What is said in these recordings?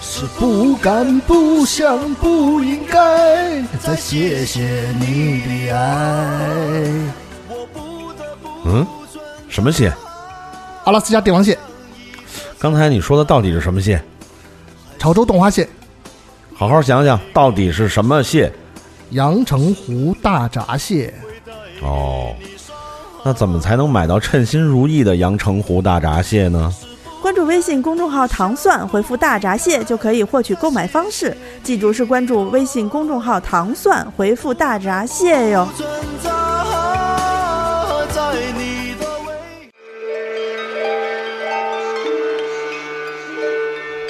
是不敢、不想、不应该。再谢谢你的爱。嗯，什么蟹？阿拉斯加帝王蟹、刚才你说的到底是什么蟹？潮州冻花蟹、好好想想，到底是什么蟹？阳澄湖大闸蟹，哦，那怎么才能买到称心如意的阳澄湖大闸蟹呢？关注微信公众号“糖蒜”，回复“大闸蟹”就可以获取购买方式。记住是关注微信公众号“糖蒜”，回复“大闸蟹”哟。存在在你的胃。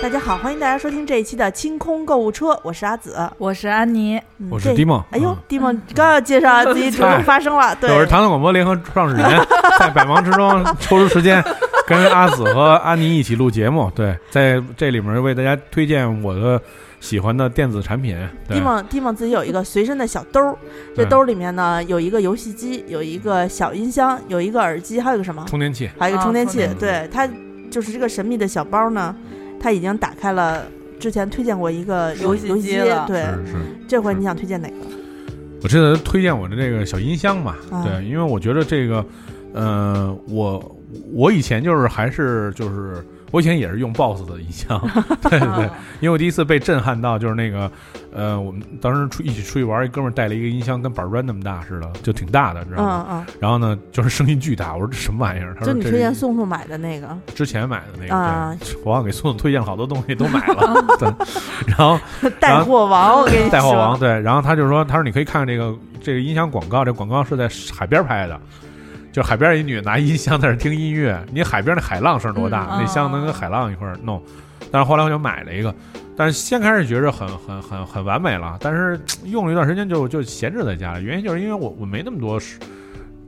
大家好，欢迎大家收听这一期的清空购物车，我是阿紫。我是安妮，嗯我这是迪梦。哎呦嗯，迪梦刚要介绍自己主动发声 了，对，我是唐唐广播联合 创始人，在百忙之中抽出时间跟阿紫和安妮一起录节目。对，在这里面为大家推荐我的喜欢的电子产品。对迪，梦迪梦自己有一个随身的小兜儿，这对兜儿里面呢有一个游戏机，有一个小音箱，有一个耳机，还有一个什么？充电器。还有一个啊充电充器电。器对，它就是这个神秘的小包呢，它已经打开了。之前推荐过一个游游戏游机戏机了，对，是是，这回是你想推荐哪个？我记得推荐我的这个小音箱嘛，啊对，因为我觉得这个，呃，我我以前就是还是就是我以前也是用 BOSS 的音箱， 对嗯对对，啊因为我第一次被震撼到就是那个，呃，我们当时出一起出去玩，一哥们儿带了一个音箱，跟板砖那么大似的，就挺大的，你知道吗？嗯嗯，然后呢，就是声音巨大，我说这什么玩意儿？他就说你这推荐是宋宋买的那个，之前买的那个，啊对我好像给宋总推荐了好多东西都买了， 对，然后带货王，我跟你说，带货王对，然后他就说，他说你可以看看这个这个音响广告，这广告是在海边拍的，就是海边一女拿音箱在那听音乐，你海边那海浪声多大，嗯那哦箱能跟海浪一块儿弄。但是后来我就买了一个，但是先开始觉着很很很很完美了，但是嘖用了一段时间就就闲置在家里，原因就是因为我我没那么多手。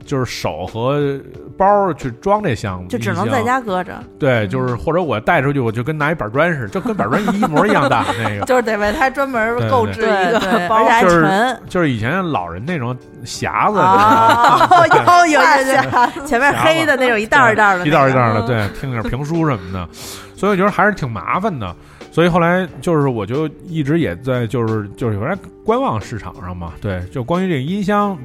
就是手和包儿去装这箱子，就只能音箱在家嗯搁着。对，就是或者我带出去，我就跟拿一板砖似的，就跟板砖一模一样大 那个。就是得为他专门购置一对个而且包。还就是沉。就是以前老人那种匣子，哦，有有有匣有，前面黑的那种一袋儿一袋儿的那个， 一袋儿一袋儿的，嗯对，听点评书什么的， 所以我觉得还是挺麻烦的。所以后来就是，我就一直也在就是就是有点观望市场上嘛，对，就关于这个音箱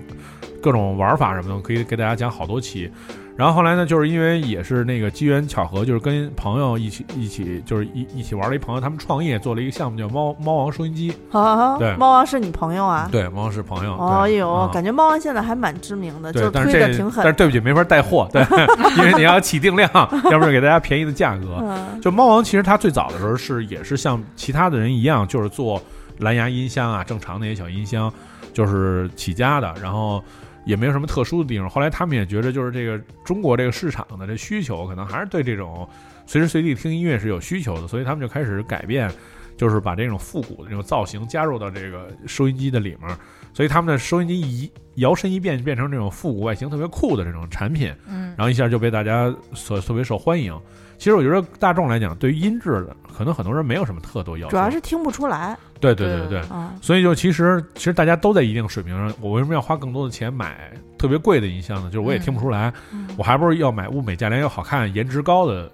各种玩法什么的，我可以给大家讲好多期。然后后来呢，就是因为也是那个机缘巧合，就是跟朋友一起一起就是一一起玩了一朋友，他们创业做了一个项目叫猫猫王收音机，哦。对猫王是你朋友啊？对，猫王是朋友，哦对呦嗯，感觉猫王现在还蛮知名的，就对，但推是这的挺但是狠。对不起，没法带货，对， 因为你要 起定量，要不然给大家便宜的价格。嗯就猫王其实它最早的时候是也是像其他的人一样，就是做蓝牙音箱啊，正常那些小音箱，就是起家的，然后也没有什么特殊的地方。后来他们也觉得，就是这个中国这个市场的这需求，可能还是对这种随时随地听音乐是有需求的，所以他们就开始改变，就是把这种复古的这种造型加入到这个收音机的里面儿。所以他们的收音机一摇身一变，变成这种复古外形特别酷的这种产品。嗯，然后一下就被大家所特别受欢迎。其实我觉得大众来讲，对于音质的，可能很多人没有什么特多要求，主要是听不出来对对对对对。啊。所以就其实其实大家都在一定水平上，我为什么要花更多的钱买特别贵的音箱呢？就是我也嗯听不出来，嗯我还不如要买物美价廉又好看、颜值高的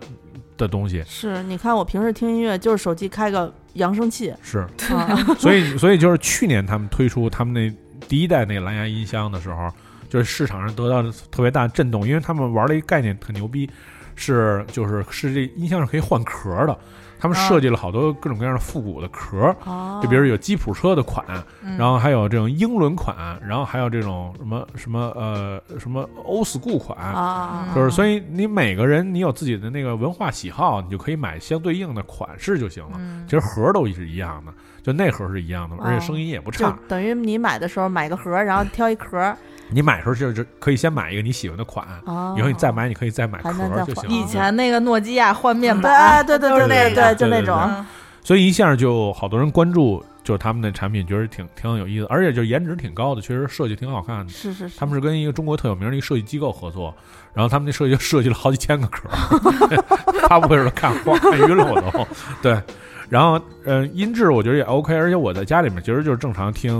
的东西。是，你看我平时听音乐就是手机开个扬声器，是，啊所以所以就是去年他们推出他们那第一代那个蓝牙音箱的时候，就是市场上得到了特别大的震动，因为他们玩了一个概念很牛逼，是就是是这音箱是可以换壳的，他们啊设计了好多各种各样的复古的壳。哦，就比如有吉普车的款，嗯然后还有这种英伦款，然后还有这种什么什么呃什么 old school 款，啊，就是所以以你每个人你有自己的那个文化喜好，你就可以买相对应的款式就行了。嗯其实盒儿都是一样的，就内盒儿是一样的，而且声音也不就差。等于你买的时候买个盒儿，然后挑一壳儿，你买的时候就是可以先买一个你喜欢的款，哦以后你再买你可以再买壳还能儿再就行换了。以前那个诺基亚换面对板，哎对对就对是对那个就那嗯对对对种，嗯所以一下就好多人关注，就是他们的产品，觉得挺挺有意思，而且就颜值挺高的，确实设计挺好看的。是是是他，们是跟一个中国特有名的一个设计机构合作，然后他们那设计就设计了好几千个壳儿， 发布会的时候看花看晕了我都。对，然后呃音质我觉得也 OK，而且我在家里面其实就是正常听，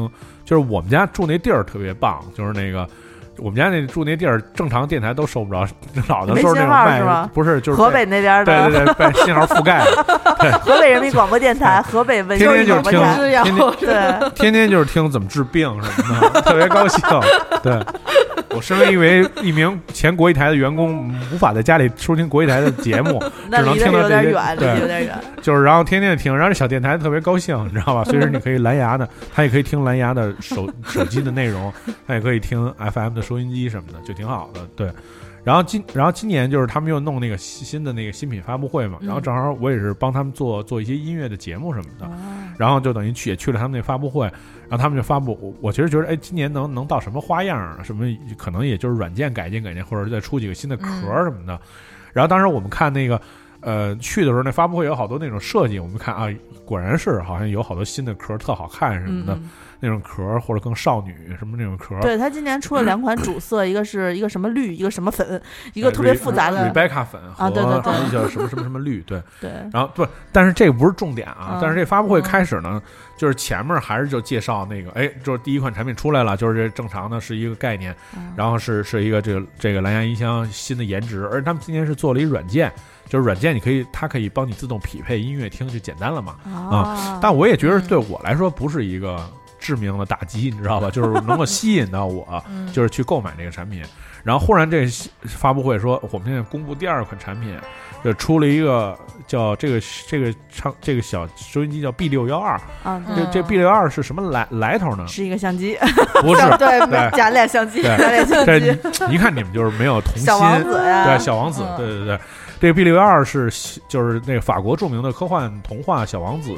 就是我们家住那地儿特别棒，就是那个。我们家那住那地儿，正常电台都收不着，老的没都信是那种号卖是吗不是就是河北被那边对的对对被信号覆盖，河北人民广播电 台、河北文艺天天就广是播听电台，药天天 对，天天就是听怎么治病什么的，特别高兴。对我身为一为一名前国艺台的员工，无法在家里收听国艺台的节目，那只能离得听到有这点些远，离对得有点远。 就是然后天天听，然后这小电台特别高兴，你知道吧？随时你可以蓝牙的，它也可以听蓝牙的手手机的内容，它也可以听 FM 的收音机什么的，就挺好的。对，然后今然后今年就是他们又弄那个新新的那个新品发布会嘛，然后正好我也是帮他们做做一些音乐的节目什么嗯的，然后就等于去也去了他们那发布会，然后他们就发布，我我其实觉得哎，今年能能到什么花样啊？什么可能也就是软件改进改进，或者再出几个新的壳嗯儿什么的。然后当时我们看那个。呃，去的时候那发布会有好多那种设计，我们看啊，果然是好像有好多新的壳儿特好看嗯什么的，那种壳儿或者更少女什么那种壳儿，嗯对他今年出了两款主色，一个是一个什么绿，一个什么粉，一哎个特别复杂的。 Rebecca 粉和啊对对对叫什么什么什么绿，对，对，然后不，但是这个不是重点啊，嗯但是这发布会开始呢，就是前面还是就介绍那个，哎，就是第一款产品出来了，就是这正常的是一个概念，然后是是一个这个这个蓝牙音箱新的颜值，而他们今年是做了一软件，就是软件你可以它可以帮你自动匹配音乐听，就简单了嘛，啊但我也觉得对我来说不是一个致命的打击，你知道吧？就是能够吸引到我，嗯就是去购买这个产品。然后忽然这发布会说，我们现在公布第二款产品，就出了一个叫这个这个唱这个小收音机叫 B 六幺二，啊，这这 B 六幺二是什么来 ？来头呢是一个相机，不是，对对假脸相机，对假脸相这机，你一看你们就是没有童心，小王子啊呀对，，小王子，嗯对对对，这个 B 六幺二是就是那个法国著名的科幻童话《小王子》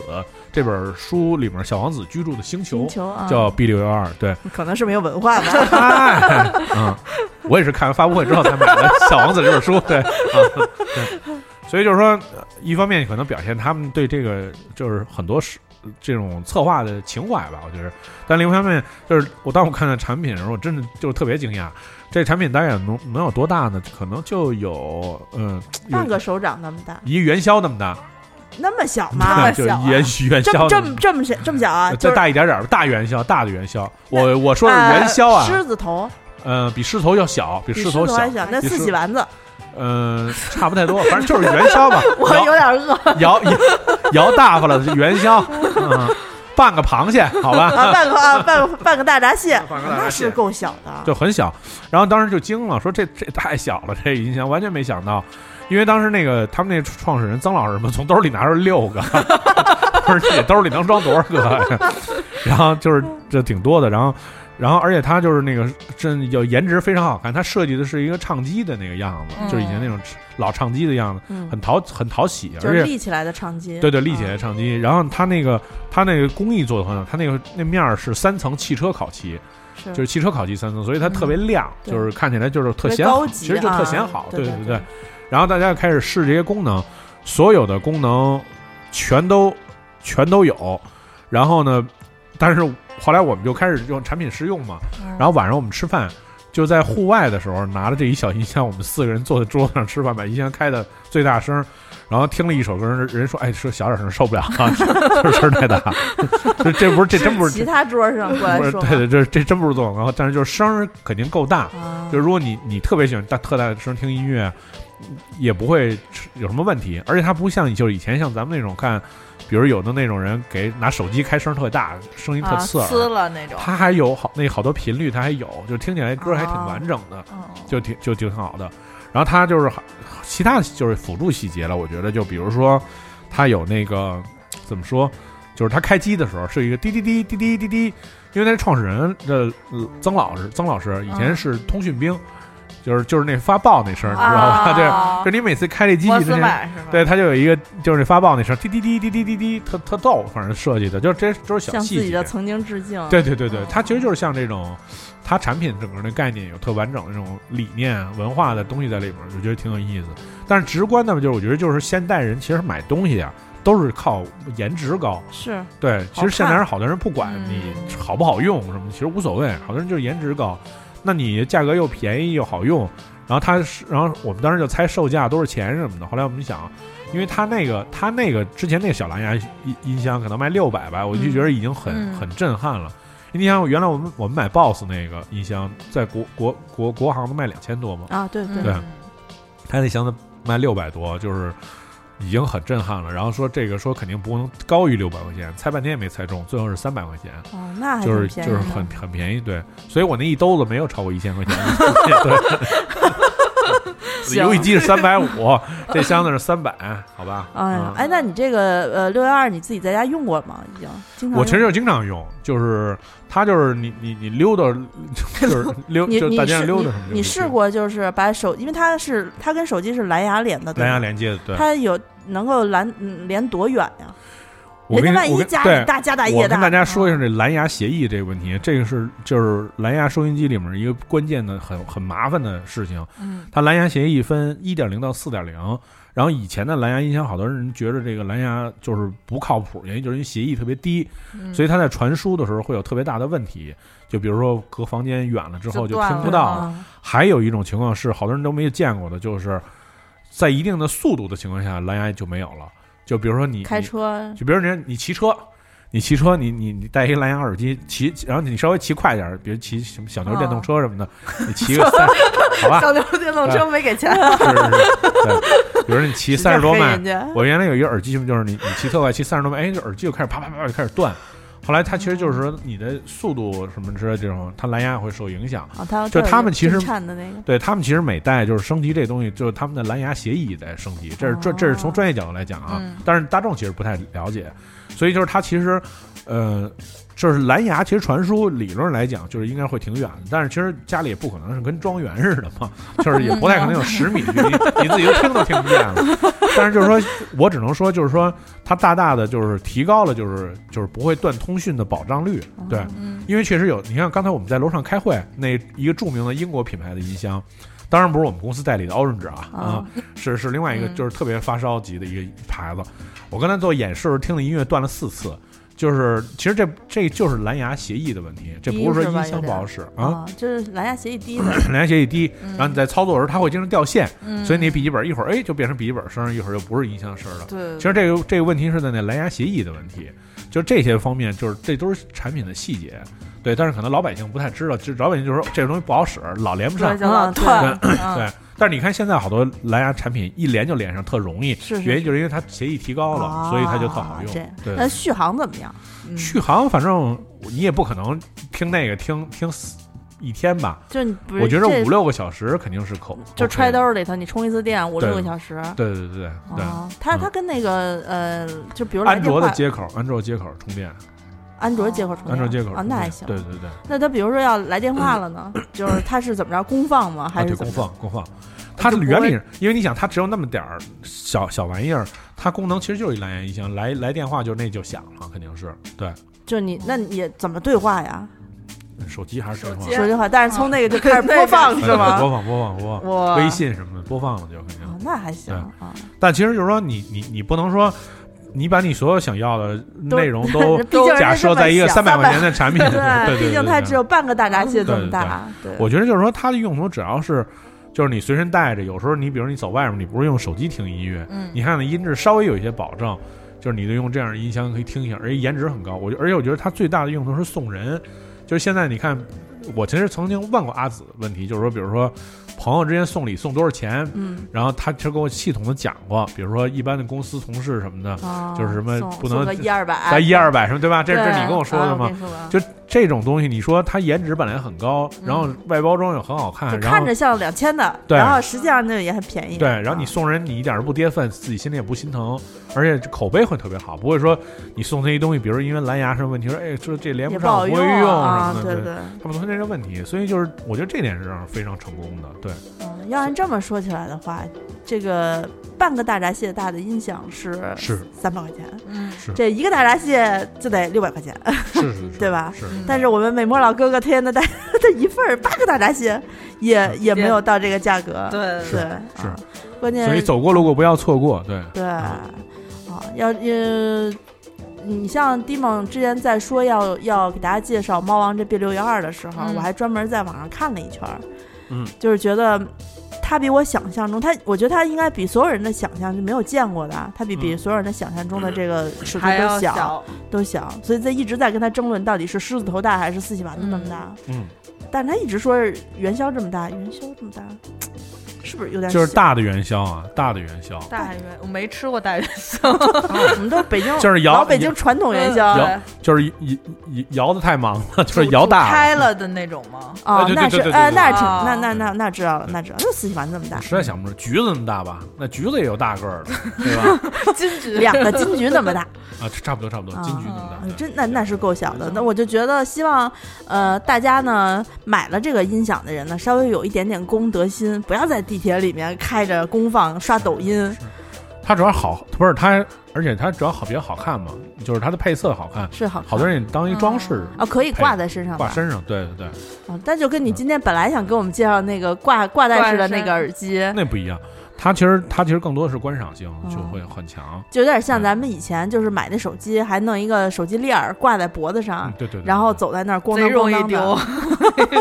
这本书里面，小王子居住的星 球星球啊，叫 B 六幺二，对，可能是没有文化 吧。嗨，嗯，我也是看完发布会之后才买的《小王子》这本书，对，啊，对，所以就是说，呃一方面可能表现他们对这个就是很多是这种策划的情怀吧，我觉得，但另一方面就是我当我看到产品的时候，我真的就是特别惊讶，这产品大概能能有多大呢？可能就有嗯，有半个手掌那么大，一元宵那么大，那么 啊小那吗？就是元元这么宵这那么么。这么小这么小啊？就再是大一点点吧，大元宵，大的元宵。我我说是呃元宵啊，狮子头呃，比狮头要小，比比狮狮头小，还小，那比四狮喜 丸子，啊嗯，差不太多，反正就是元宵吧。我有点饿啊摇摇摇大发了，元宵，嗯，半个螃蟹，好吧，啊，半个啊半个半个大闸蟹，半个大那闸蟹是够小的。就很小。然后当时就惊了，说这这太小了，这音箱完全没想到，因为当时那个他们那创始人曾老师嘛，从兜里拿出六个， 不是这兜里能装多少个呀？然后就是这挺多的，然后。然后，而且它就是那个，真有颜值非常好看。它设计的是一个唱机的那个样子，就是以前那种老唱机的样子，嗯，很讨很讨喜，就而且是立起来的长街。对对，立起来啊唱机。然后它那个它那个工艺做的很好，它那个那面儿是三层汽车烤漆，是嗯就是汽车烤漆三层，所以它特别亮，对就是看起来就是特特别显好，高级其实就特啊显好。对对对对对对。然后大家开始试这些功能，所有的功能全都全都有。然后呢，但是后来我们就开始用产品试用嘛。嗯然后晚上我们吃饭。就在户外的时候，拿着这一小音箱，我们四个人坐在桌子上吃饭，把音箱开的最大声，然后听了一首歌，人说：“哎，说小点声，受不了啊， 就是声太大。”这这不是这真不是其他桌上过来不是，说对对，这这真不是做广告，但是就是声儿肯定够大。啊就，是如果你你特别喜欢大特大的声听音乐，也不会有什么问题。而且它不像就是以前像咱们那种看，比如有的那种人给拿手机开声特大，声音特啊，刺耳。撕了那种，它还有好那好多频率，它还有，就听起来歌还挺完整的，嗯，就挺就挺好的。然后它就是好其他的就是辅助细节了，我觉得就比如说它有那个怎么说，就是它开机的时候是一个滴滴滴滴滴滴滴，因为那创始人的呃曾老师，曾老师以前是通讯兵，就是就是那发报那声儿，你知道吧？ 对，啊就你每次开这机器摩之斯前，码是吧？对，它就有一个就是那发报那声儿，滴滴滴滴滴滴滴，特特逗，反正设计的，就是这都是小向细自己的节。曾经致敬。对对对对，它其实就是像这种，它产品整个的概念有特完整的这种理念、文化的东西在里面，我觉得挺有意思。但是直观的嘛，就是我觉得就是现代人其实买东西啊，都是靠颜值高。是对，其好实现在看人好多人不管你嗯好不好用什么，其实无所谓，好多人就是颜值高，那你价格又便宜又好用，然后他是，然后我们当时就猜售价多少钱什么的，后来我们想。因为他那个，他那个之前那个小蓝牙音音箱可能卖六百吧，我就觉得已经很、嗯很震撼了。你想，原来我们我们买 BOSS 那个音箱，在国国国国行都卖两千多嘛，啊，对对，对他那箱子卖六百多，就是已经很震撼了。然后说这个说肯定不能高于六百块钱，猜半天也没猜中，最后是三百块钱，哦，那还就是挺便就宜啊是的很很便宜。对，所以我那一兜子没有超过一千块钱。 对，游戏机是三百五，这箱子是三百，好吧？哎呀嗯，哎，那你这个呃六幺二你自己在家用过吗？已经经常我其实用就经常用，就是它就是你你你溜达， 就是溜你就是你大街试上溜达什么你你试过就是把手，因为它是它跟手机是蓝牙连的，对蓝牙吗连接的，对。它有能够蓝嗯连多远呀？我人跟家你万我一跟家对里大家大我业跟大，大家说一啊下这蓝牙协议这个问题，这个是就是蓝牙收音机里面一个关键的很很麻烦的事情。嗯，它蓝牙协议分一点零到四点零，然后以前的蓝牙音箱，好多人觉得这个蓝牙就是不靠谱，原因就是因为协议特别低，嗯嗯所以它在传输的时候会有特别大的问题，就比如说隔房间远了之后就就断听了不到。嗯啊还有一种情况是，好多人都没有见过的，就是在一定的速度的情况下，蓝牙就没有了。就比如说你开，车你就比如你你骑车，你骑车，你你你戴一蓝牙耳机骑，然后你稍微骑快点儿，比如骑什么小牛电动车什么的，你骑个三，好 吧，小牛电动车没给钱，是是是，对，比如说你骑三十多迈人，家我原来有一个耳机，就是你你骑特快，骑三十多迈，哎，这耳机就开始啪啪啪啪就开始断。后来它其实就是说你的速度什么之类的这种，它蓝牙也会受影响。啊，它就它有他一们个其实震颤的那个对他们其实每代就是升级这东西，就是他们的蓝牙协议也在升级，这是专这是从专业角度来讲啊，嗯但是大众其实不太了解，所以就是它其实，呃，就是蓝牙其实传输理论来讲就是应该会挺远的，但是其实家里也不可能是跟庄园似的嘛，就是也不太可能有十米距离，你自己都听都听不见了。但是就是说我只能说就是说它大大的就是提高了就是就是不会断通讯的保障率，对，嗯因为确实有，你看刚才我们在楼上开会，那一个著名的英国品牌的音箱，当然不是我们公司代理的 Orange 啊，啊、啊是是另外一个嗯就是特别发烧级的一个牌子。我刚才做演示的时候听的音乐断了四次，就是其实这这就是蓝牙协议的问题，这不是说音箱不好使啊，啊，就是蓝牙协议 低的蓝牙协议低，然后你在操作的时候它会经常掉线，嗯所以你笔记本一会儿哎就变成笔记本声儿，一会儿又不是音箱声儿了。对其实这个这个问题是在那蓝牙协议的问题，就这些方面，就是这都是产品的细节，对。但是可能老百姓不太知道，就老百姓就说这个东西不好使，老连不上。小老嗯对断，啊对对，但是你看现在好多蓝牙产品一连就连上，特容易，是是原因就是因为它协议提高了，啊所以它就特好用这。对，那续航怎么样？续航反正你也不可能听那个听听四一天吧，就你不是我觉得这五六个小时肯定是可就 OK 揣的。兜里头，你充一次电五六个对小时。对对对对对，嗯哦，它它跟那个呃，就比如来安电卓话的，接口，安卓接口充电，安卓接口充电，安卓接口啊，充那还电行。对对对。那它比如说要来电话了 呢，就是它是怎么着公放吗？啊，还对，是怎功么放着？功放，它的就不原会理，因为你想，它只有那么点儿小小玩意儿，它功能其实就是一蓝牙音箱，来来电话就那就响了，肯定是对，就你那你也怎么对话呀？手机还是手电话机，说句话，但是从那个就开始开始播播放放哎是吗？播放播放播哇放，微信什么的播放了就肯啊定，，那还行啊。但其实就是说你，你你不能说。你把你所有想要的都内容都 毕竟人家假设这么在一个小三百块钱的产品，对，毕竟它它只有半个大闸蟹这么对大。对，我觉得就是说，它的用途只要是，就是你随身带着，有时候你比如你走外面，你不是用手机听音乐，嗯你看的音质稍微有一些保证，就是你就用这样的音箱可以听一下，而且颜值很高。我觉而且我觉得它最大的用途是送人，就是现在你看，我其实曾经问过阿紫问题，就是说，比如说朋友之间送礼送多少钱，嗯，然后他其实跟我系统的讲过，比如说一般的公司同事什么的，啊就是什么送不能送个一二百，才一二百什么，对吧？这是这是你啊对啊跟我说的吗？就这种东西，你说它颜值本来很高，然后外包装又很好嗯看，就啊然后看着像两千的，对然后实际上那也很便宜。对，然后你啊送人，你一点儿都不跌份，自己心里也不心疼，而且口碑会特别好，不会说你送他一东西，比如因为蓝牙什么问题，说哎说这连也不不上，好不会用啊什，么的，对对。他不存在这个问题，所以就是我觉得这点是让人非常成功的， 对，嗯，要按这么说起来的话，这个半个大闸蟹大的音响是是三百块钱，嗯是这一个大闸蟹就得六百块 钱。是是是，对吧是嗯但是我们美墨老哥哥推荐的大 的一份儿八个大闸蟹，也也没有到这个价格。对对是嗯是啊关键所以是走过路过不要错过，对，对啊，要呃。你像 d i m o n 之前在说要要给大家介绍《猫王》这 B 六幺二的时候，嗯我还专门在网上看了一圈儿，嗯，就是觉得它他比我想象中，他我觉得他应该比所有人的想象是没有见过的啊，他比比嗯所有人的想象中的这个尺度还要都小，都小，所以在一直在跟他争论到底是狮子头大还是四喜丸子那么大，嗯，但是他一直说是元宵这么大，元宵这么大，是不是有点就是小？大的元宵啊，大的元宵，大元，我没吃过 大元宵，啊我们都是北京，就是嗯摇老北京传统元宵摇对就是摇摇摇的太忙了， 就是煮摇煮大了，开了的那种 吗？啊啊，对对那对是对对呃，对那是挺啊那那那那知道了，那知道了，就四喜丸子那么大，实在想不出来，橘子那么大吧？那橘子也有大个儿的，对吧？金桔两个金桔那么大，啊，差不多差不多，啊金桔那么大嗯对，真那那是够小嗯的。那我就觉得，希望呃大家呢买了这个音响的人呢，稍微有一点点公德心，不要在地铁里面开着公放刷抖音。嗯它主要好，不是它，而且它主要好比较好看嘛，就是它的配色好看，是好看，好多人也当一装饰啊，可以挂在身上挂嗯吧？身上，对对对，啊，但就跟你今天本来想给我们介绍那个挂挂带式的那个耳机，那不一样。它其实它其实更多的是观赏性，嗯就会很强。就有点像咱们以前就是买那手机，还弄一个手机链儿挂在脖子上嗯，，对对对。啊然后走在那儿咣贼当容咣易当丢的，，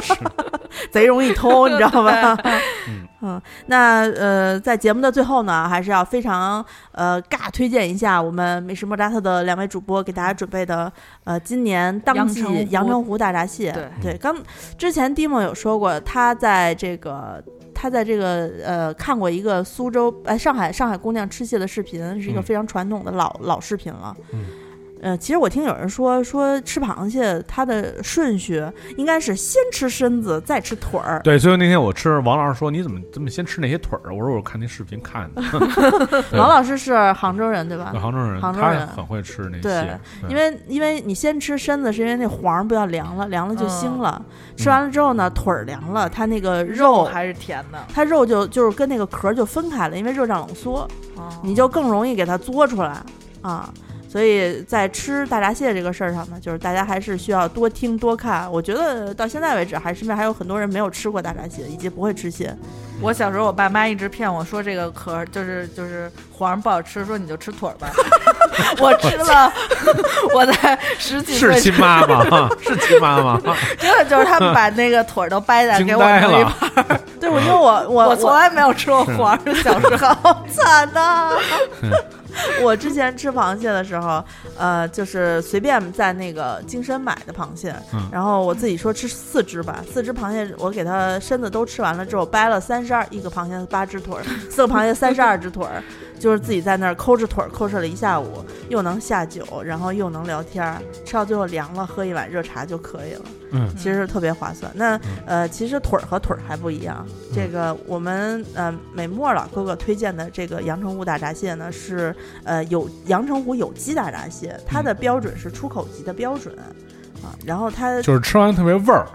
贼容易偷，你知道 吧？嗯 嗯，那呃，在节目的最后呢，还是要非常呃尬推荐一下我们美食莫扎特的两位主播给大家准备的呃今年当季阳澄湖阳澄湖大闸蟹。对嗯刚之前 Dimo 有说过，他在这个。他在这个呃看过一个苏州呃上海上海姑娘吃蟹的视频，是一个嗯非常传统的老、老视频了。嗯，呃，其实我听有人说说吃螃蟹它的顺序应该是先吃身子，再吃腿儿。对，所以那天我吃，王老师说你怎么这么先吃那些腿儿？我说我看那视频 看的，对啊王老师是杭州人对吧？杭州人，杭州他人很会吃那对些，对因为因为你先吃身子，是因为那黄儿不要凉了，凉了就腥哦嗯了。吃完了之后呢，腿儿凉了，它那个肉肉，还是甜的。它肉就就是跟那个壳儿就分开了，因为热胀冷缩，嗯你就更容易给它嘬出来啊。所以在吃大闸蟹这个事儿上呢，就是大家还是需要多听多看。我觉得到现在为止，还身边还有很多人没有吃过大闸蟹，以及不会吃蟹。我小时候，我爸妈一直骗我说这个壳儿就是就是黄不好吃，说你就吃腿儿吧。 我吃了， 我在十几岁是亲妈妈， 是亲妈妈，真的就是他们把那个腿儿都掰在 惊给我呆弄一了盘。，对，我因为我我我从来没有吃过黄儿，小时候惨呐！我之前吃螃蟹的时候，呃，就是随便在那个京深买的螃蟹，嗯然后我自己说吃四只吧，四只螃蟹我给它身子都吃完了之后，掰了三十二一个螃蟹八只腿儿，四个螃蟹三十二只腿儿，就是自己在那儿抠着腿儿抠着了一下午，又能下酒，然后又能聊天儿，吃到最后凉了，喝一碗热茶就可以了。嗯，其实特别划算。那呃，其实腿儿和腿儿还不一样。这个我们呃美墨老哥哥推荐的这个阳澄湖大闸蟹呢，是呃有阳澄湖有机大闸蟹，它嗯的标准是出口级的标准。啊，然后它就是吃完特别味儿，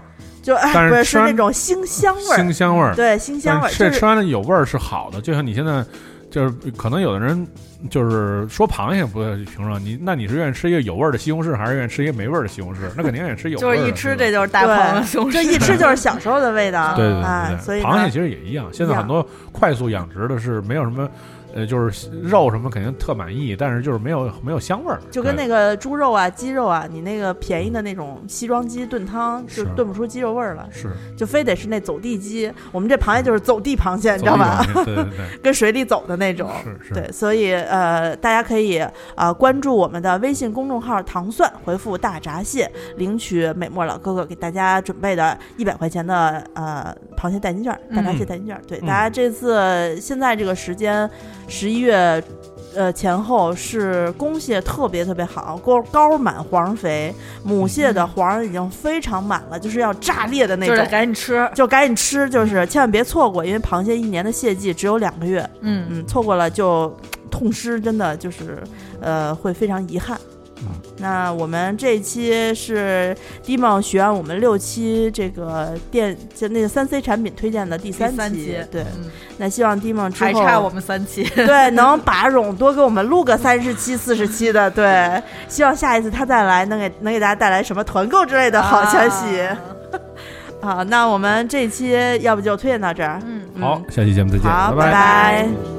就哎但是不是吃是完那种腥香味腥儿，香味儿，对腥香味但儿，是就这是吃完了有味儿是好的，就像你现在就是可能有的人就是说螃蟹不太平常，你那你是愿意吃一个有味儿的西红柿，还是愿意吃一个没味儿的西红柿？那肯定愿意吃 有味就儿是的。一吃对这吧就是大对胖子西红柿这一吃 就是小时候的味道。对对对哎对，所以呢螃蟹其实也一样，现在一样很多快速养殖的是没有什么。呃，就是肉什么肯定特满意，但是就是没有没有香味儿，就跟那对个猪肉啊、鸡肉啊，你那个便宜的那种西装鸡炖汤，就是炖不出鸡肉味儿了。是就非得是那走地鸡，我们这螃蟹就是走地螃蟹，你知道吧吧？？对对对， 跟水里走的那种。 是是，对，所以呃，大家可以呃关注我们的微信公众号“糖蒜”，回复“大闸蟹”，领取美墨老哥哥给大家准备的一百块钱的呃螃蟹代金券、大闸蟹嗯代金券。对，嗯大家这次现在这个时间，十一月。呃，前后是公蟹特别特别好，膏膏满黄肥，母蟹嗯的黄已经非常满了，就是要炸裂的那就是种，赶紧吃，就赶紧吃，就是千万别错过，因为螃蟹一年的蟹季只有两个月，嗯，嗯，错过了就痛失，真的就是呃会非常遗憾。嗯那我们这一期是 Dimo 学院我们六期这个电就那个三 C 产品推荐的第第三期，三期对，嗯那希望 Dimo 之还后差我们三期， 对能把冗多给我们录个三十期、四十期的，嗯对，希望下一次他再来能给能给大家带来什么团购之类的好消息。啊好，那我们这一期要不就推荐到这儿，嗯。嗯好，，下期节目再见，好，拜拜